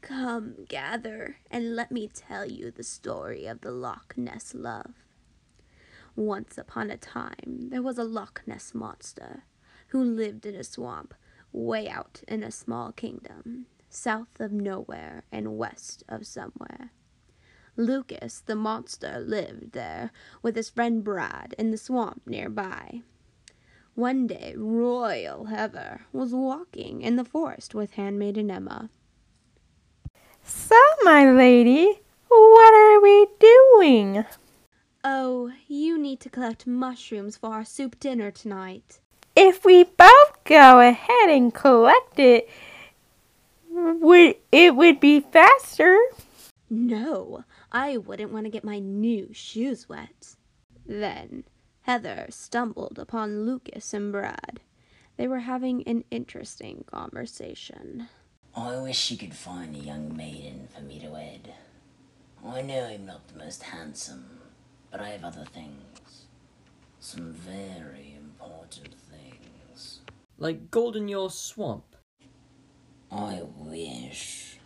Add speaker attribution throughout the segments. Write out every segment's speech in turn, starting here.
Speaker 1: Come, gather, and let me tell you the story of the Loch Ness Love. Once upon a time, there was a Loch Ness monster who lived in a swamp way out in a small kingdom, south of nowhere and west of somewhere. Lucas, the monster, lived there with his friend Brad in the swamp nearby. One day, Royal Heather was walking in the forest with Handmaiden Emma.
Speaker 2: So, my lady, what are we doing?
Speaker 1: Oh, you need to collect mushrooms for our soup dinner tonight.
Speaker 2: If we both go ahead and collect it, would it would be faster?
Speaker 1: No, I wouldn't want to get my new shoes wet. Then Heather stumbled upon Lucas and Brad. They were having an interesting conversation.
Speaker 3: I wish you could find a young maiden for me to wed. I know I'm not the most handsome, but I have other things. Some very important things.
Speaker 4: Like Golden Your Swamp.
Speaker 3: I wish.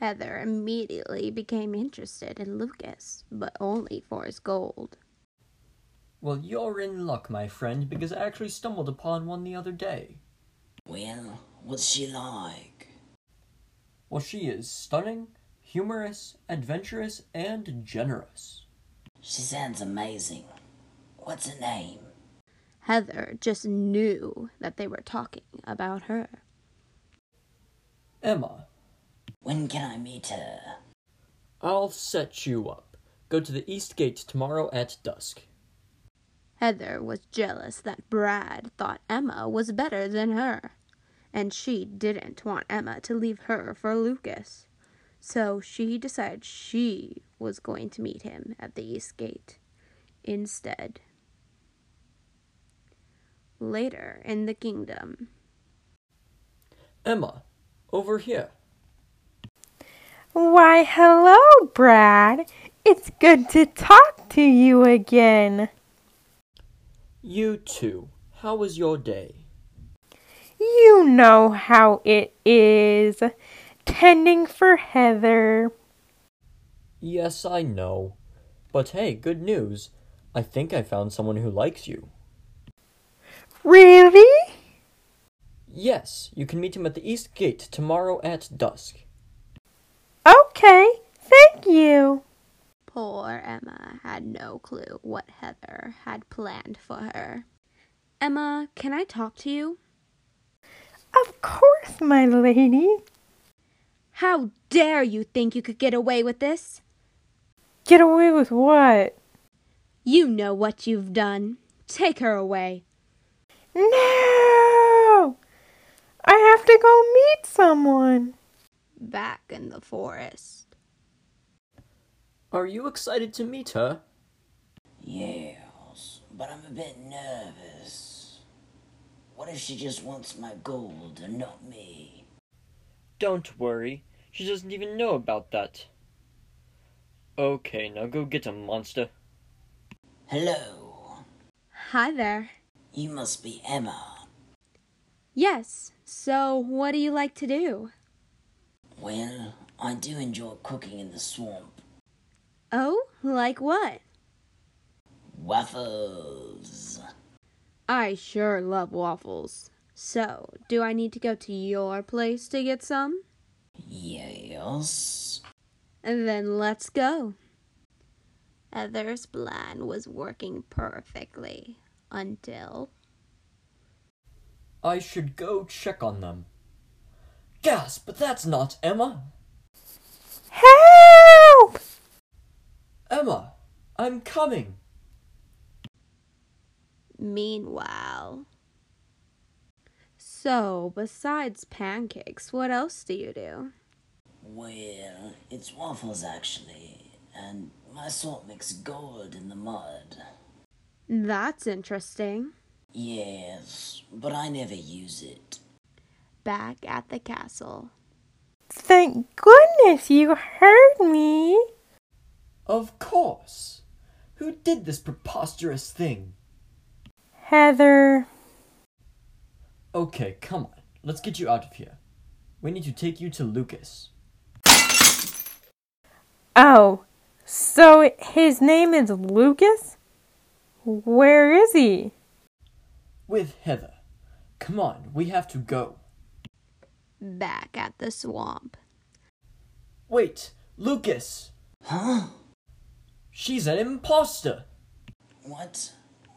Speaker 1: Heather immediately became interested in Lucas, but only for his gold.
Speaker 4: Well, you're in luck, my friend, because I actually stumbled upon one the other day.
Speaker 3: Well, what's she like?
Speaker 4: Well, she is stunning, humorous, adventurous, and generous.
Speaker 3: She sounds amazing. What's her name?
Speaker 1: Heather just knew that they were talking about her.
Speaker 4: Emma,
Speaker 3: When can I meet her?
Speaker 4: I'll set you up. Go to the east gate tomorrow at dusk.
Speaker 1: Heather was jealous that Brad thought Emma was better than her, and she didn't want Emma to leave her for Lucas. So she decided she was going to meet him at the East Gate instead. Later in the kingdom,
Speaker 4: Emma, over here.
Speaker 2: Why, hello, Brad. It's good to talk to you again.
Speaker 4: You too. How was your day?
Speaker 2: You know how it is. Tending for Heather.
Speaker 4: Yes, I know. But hey, good news. I think I found someone who likes you.
Speaker 2: Really?
Speaker 4: Yes, you can meet him at the east gate tomorrow at dusk.
Speaker 2: Okay, thank you.
Speaker 1: poor Emma had no clue what Heather had planned for her. Emma, can I talk to you?
Speaker 2: Of course, my lady.
Speaker 1: How dare you think you could get away with this?
Speaker 2: Get away with what?
Speaker 1: You know what you've done. Take her away.
Speaker 2: No! I have to go meet someone.
Speaker 1: Back in the forest.
Speaker 4: Are you excited to meet her?
Speaker 3: Yes, but I'm a bit nervous. What if she just wants my gold and not me?
Speaker 4: Don't worry. She doesn't even know about that. Okay, now go get a monster.
Speaker 3: Hello,
Speaker 1: Hi there.
Speaker 3: you must be Emma.
Speaker 1: Yes. So, what do you like to do?
Speaker 3: Well, I do enjoy cooking in the swamp.
Speaker 1: Oh, like what?
Speaker 3: Waffles.
Speaker 1: I sure love waffles. So, do I need to go to your place to get some?
Speaker 3: Yes.
Speaker 1: Then let's go. Heather's plan was working perfectly until.
Speaker 4: I should go check on them. Gasp, but that's not Emma.
Speaker 2: Help!
Speaker 4: Emma, I'm coming.
Speaker 1: Meanwhile. So, besides pancakes, what else do you do?
Speaker 3: Well, it's waffles actually, and my salt makes gold in the mud.
Speaker 1: That's interesting.
Speaker 3: Yes, but I never use it.
Speaker 1: Back at the castle.
Speaker 2: Thank goodness you heard me.
Speaker 4: Of course. Who did this preposterous thing?
Speaker 2: Heather.
Speaker 4: Okay, come on. Let's get you out of here. We need to take you to Lucas.
Speaker 2: Oh, so his name is Lucas? Where is he?
Speaker 4: With Heather. Come on, we have to go.
Speaker 1: Back at the swamp.
Speaker 4: Wait, Lucas!
Speaker 3: Huh?
Speaker 4: She's an imposter!
Speaker 3: What?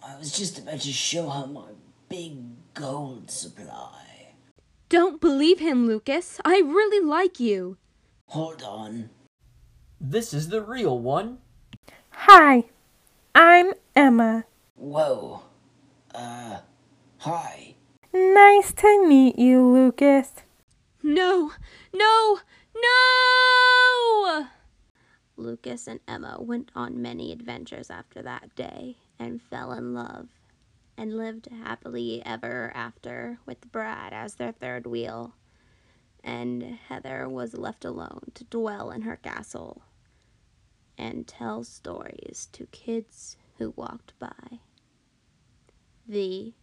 Speaker 3: I was just about to show her my big gold supply.
Speaker 1: Don't believe him, Lucas. I really like you.
Speaker 3: Hold on.
Speaker 4: This is the real one.
Speaker 2: Hi, I'm Emma.
Speaker 3: Whoa. Uh, hi.
Speaker 2: Nice to meet you, Lucas.
Speaker 1: No, no, no! Lucas and Emma went on many adventures after that day and fell in love and lived happily ever after with Brad as their third wheel. And Heather was left alone to dwell in her castle and tell stories to kids who walked by. The